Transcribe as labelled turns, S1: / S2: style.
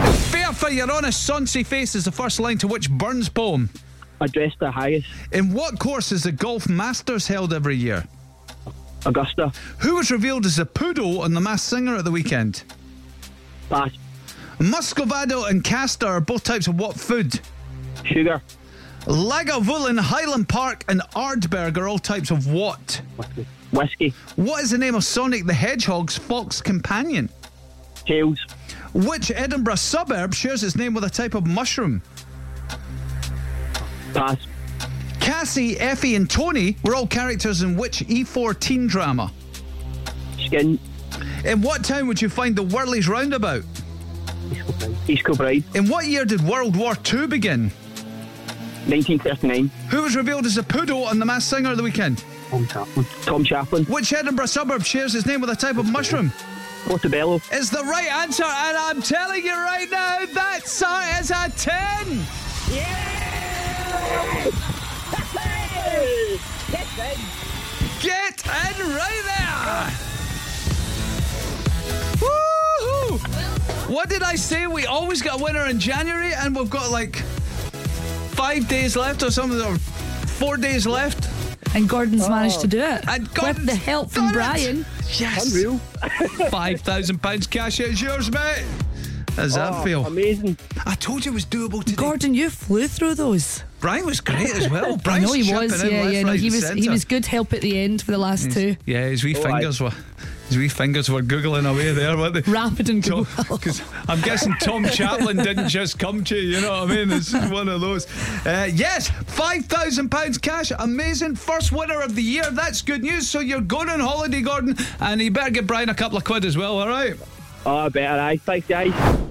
S1: Christopher, you're on a sonsy face is the first line to which Burns poem?
S2: Address to Haggis,
S1: In what course is the Golf Masters held every year?
S2: Augusta,
S1: Who was revealed as the poodle on The Masked Singer at the weekend?
S2: Pass,
S1: Muscovado and Castor are both types of what food?
S2: Sugar,
S1: Lagavulin, Highland Park, and Ardberg are all types of what?
S2: Whiskey, Whiskey
S1: What is the name of Sonic the Hedgehog's fox companion?
S2: Tails,
S1: Which Edinburgh suburb shares its name with a type of mushroom?
S2: Pass,
S1: Cassie, Effie, and Tony were all characters in which E4 teen drama?
S2: Skin,
S1: In what town would you find the Whirlies Roundabout?
S2: East Kilbride, East Kilbride
S1: In what year did World War II begin?
S2: 1939,
S1: Who was revealed as a poodle on The Masked Singer of the weekend?
S2: Tom Chaplin, Tom Chaplin,
S1: Which Edinburgh suburb shares its name with a type of mushroom?
S2: Portobello,
S1: It's the right answer, and I'm telling you right now, that song is a 10! Get in right there! Woohoo! What did I say? We always get a winner in January, and we've got like five days left or something, or four days left.
S3: And Gordon's managed to do it.
S1: Oh. And
S3: With
S1: Gordon's
S3: the help from
S1: done it.
S3: Brian.
S1: Yes!
S2: unreal.
S1: £5,000 cash is yours, mate! How's
S2: Oh,
S1: that feel?
S2: Amazing.
S1: I told you it was doable today.
S3: Gordon, you flew through those.
S1: Brian was great as well.
S3: I
S1: Brian
S3: know he was. Yeah, yeah. No, he was. He was good help at the end for the last two.
S1: Yeah, his wee
S2: Oh, aye.
S1: fingers were his wee fingers were googling away there, weren't they?
S3: Rapid and good.
S1: Because I'm guessing Tom Chaplin didn't just come to you, you know what I mean? It's one of those. Uh, yes, £5,000 cash. Amazing. First winner of the year. That's good news. So you're going on holiday, Gordon, and you better give Brian a couple of quid as well, all right?
S2: Oh, better. Aye, thanks, guys.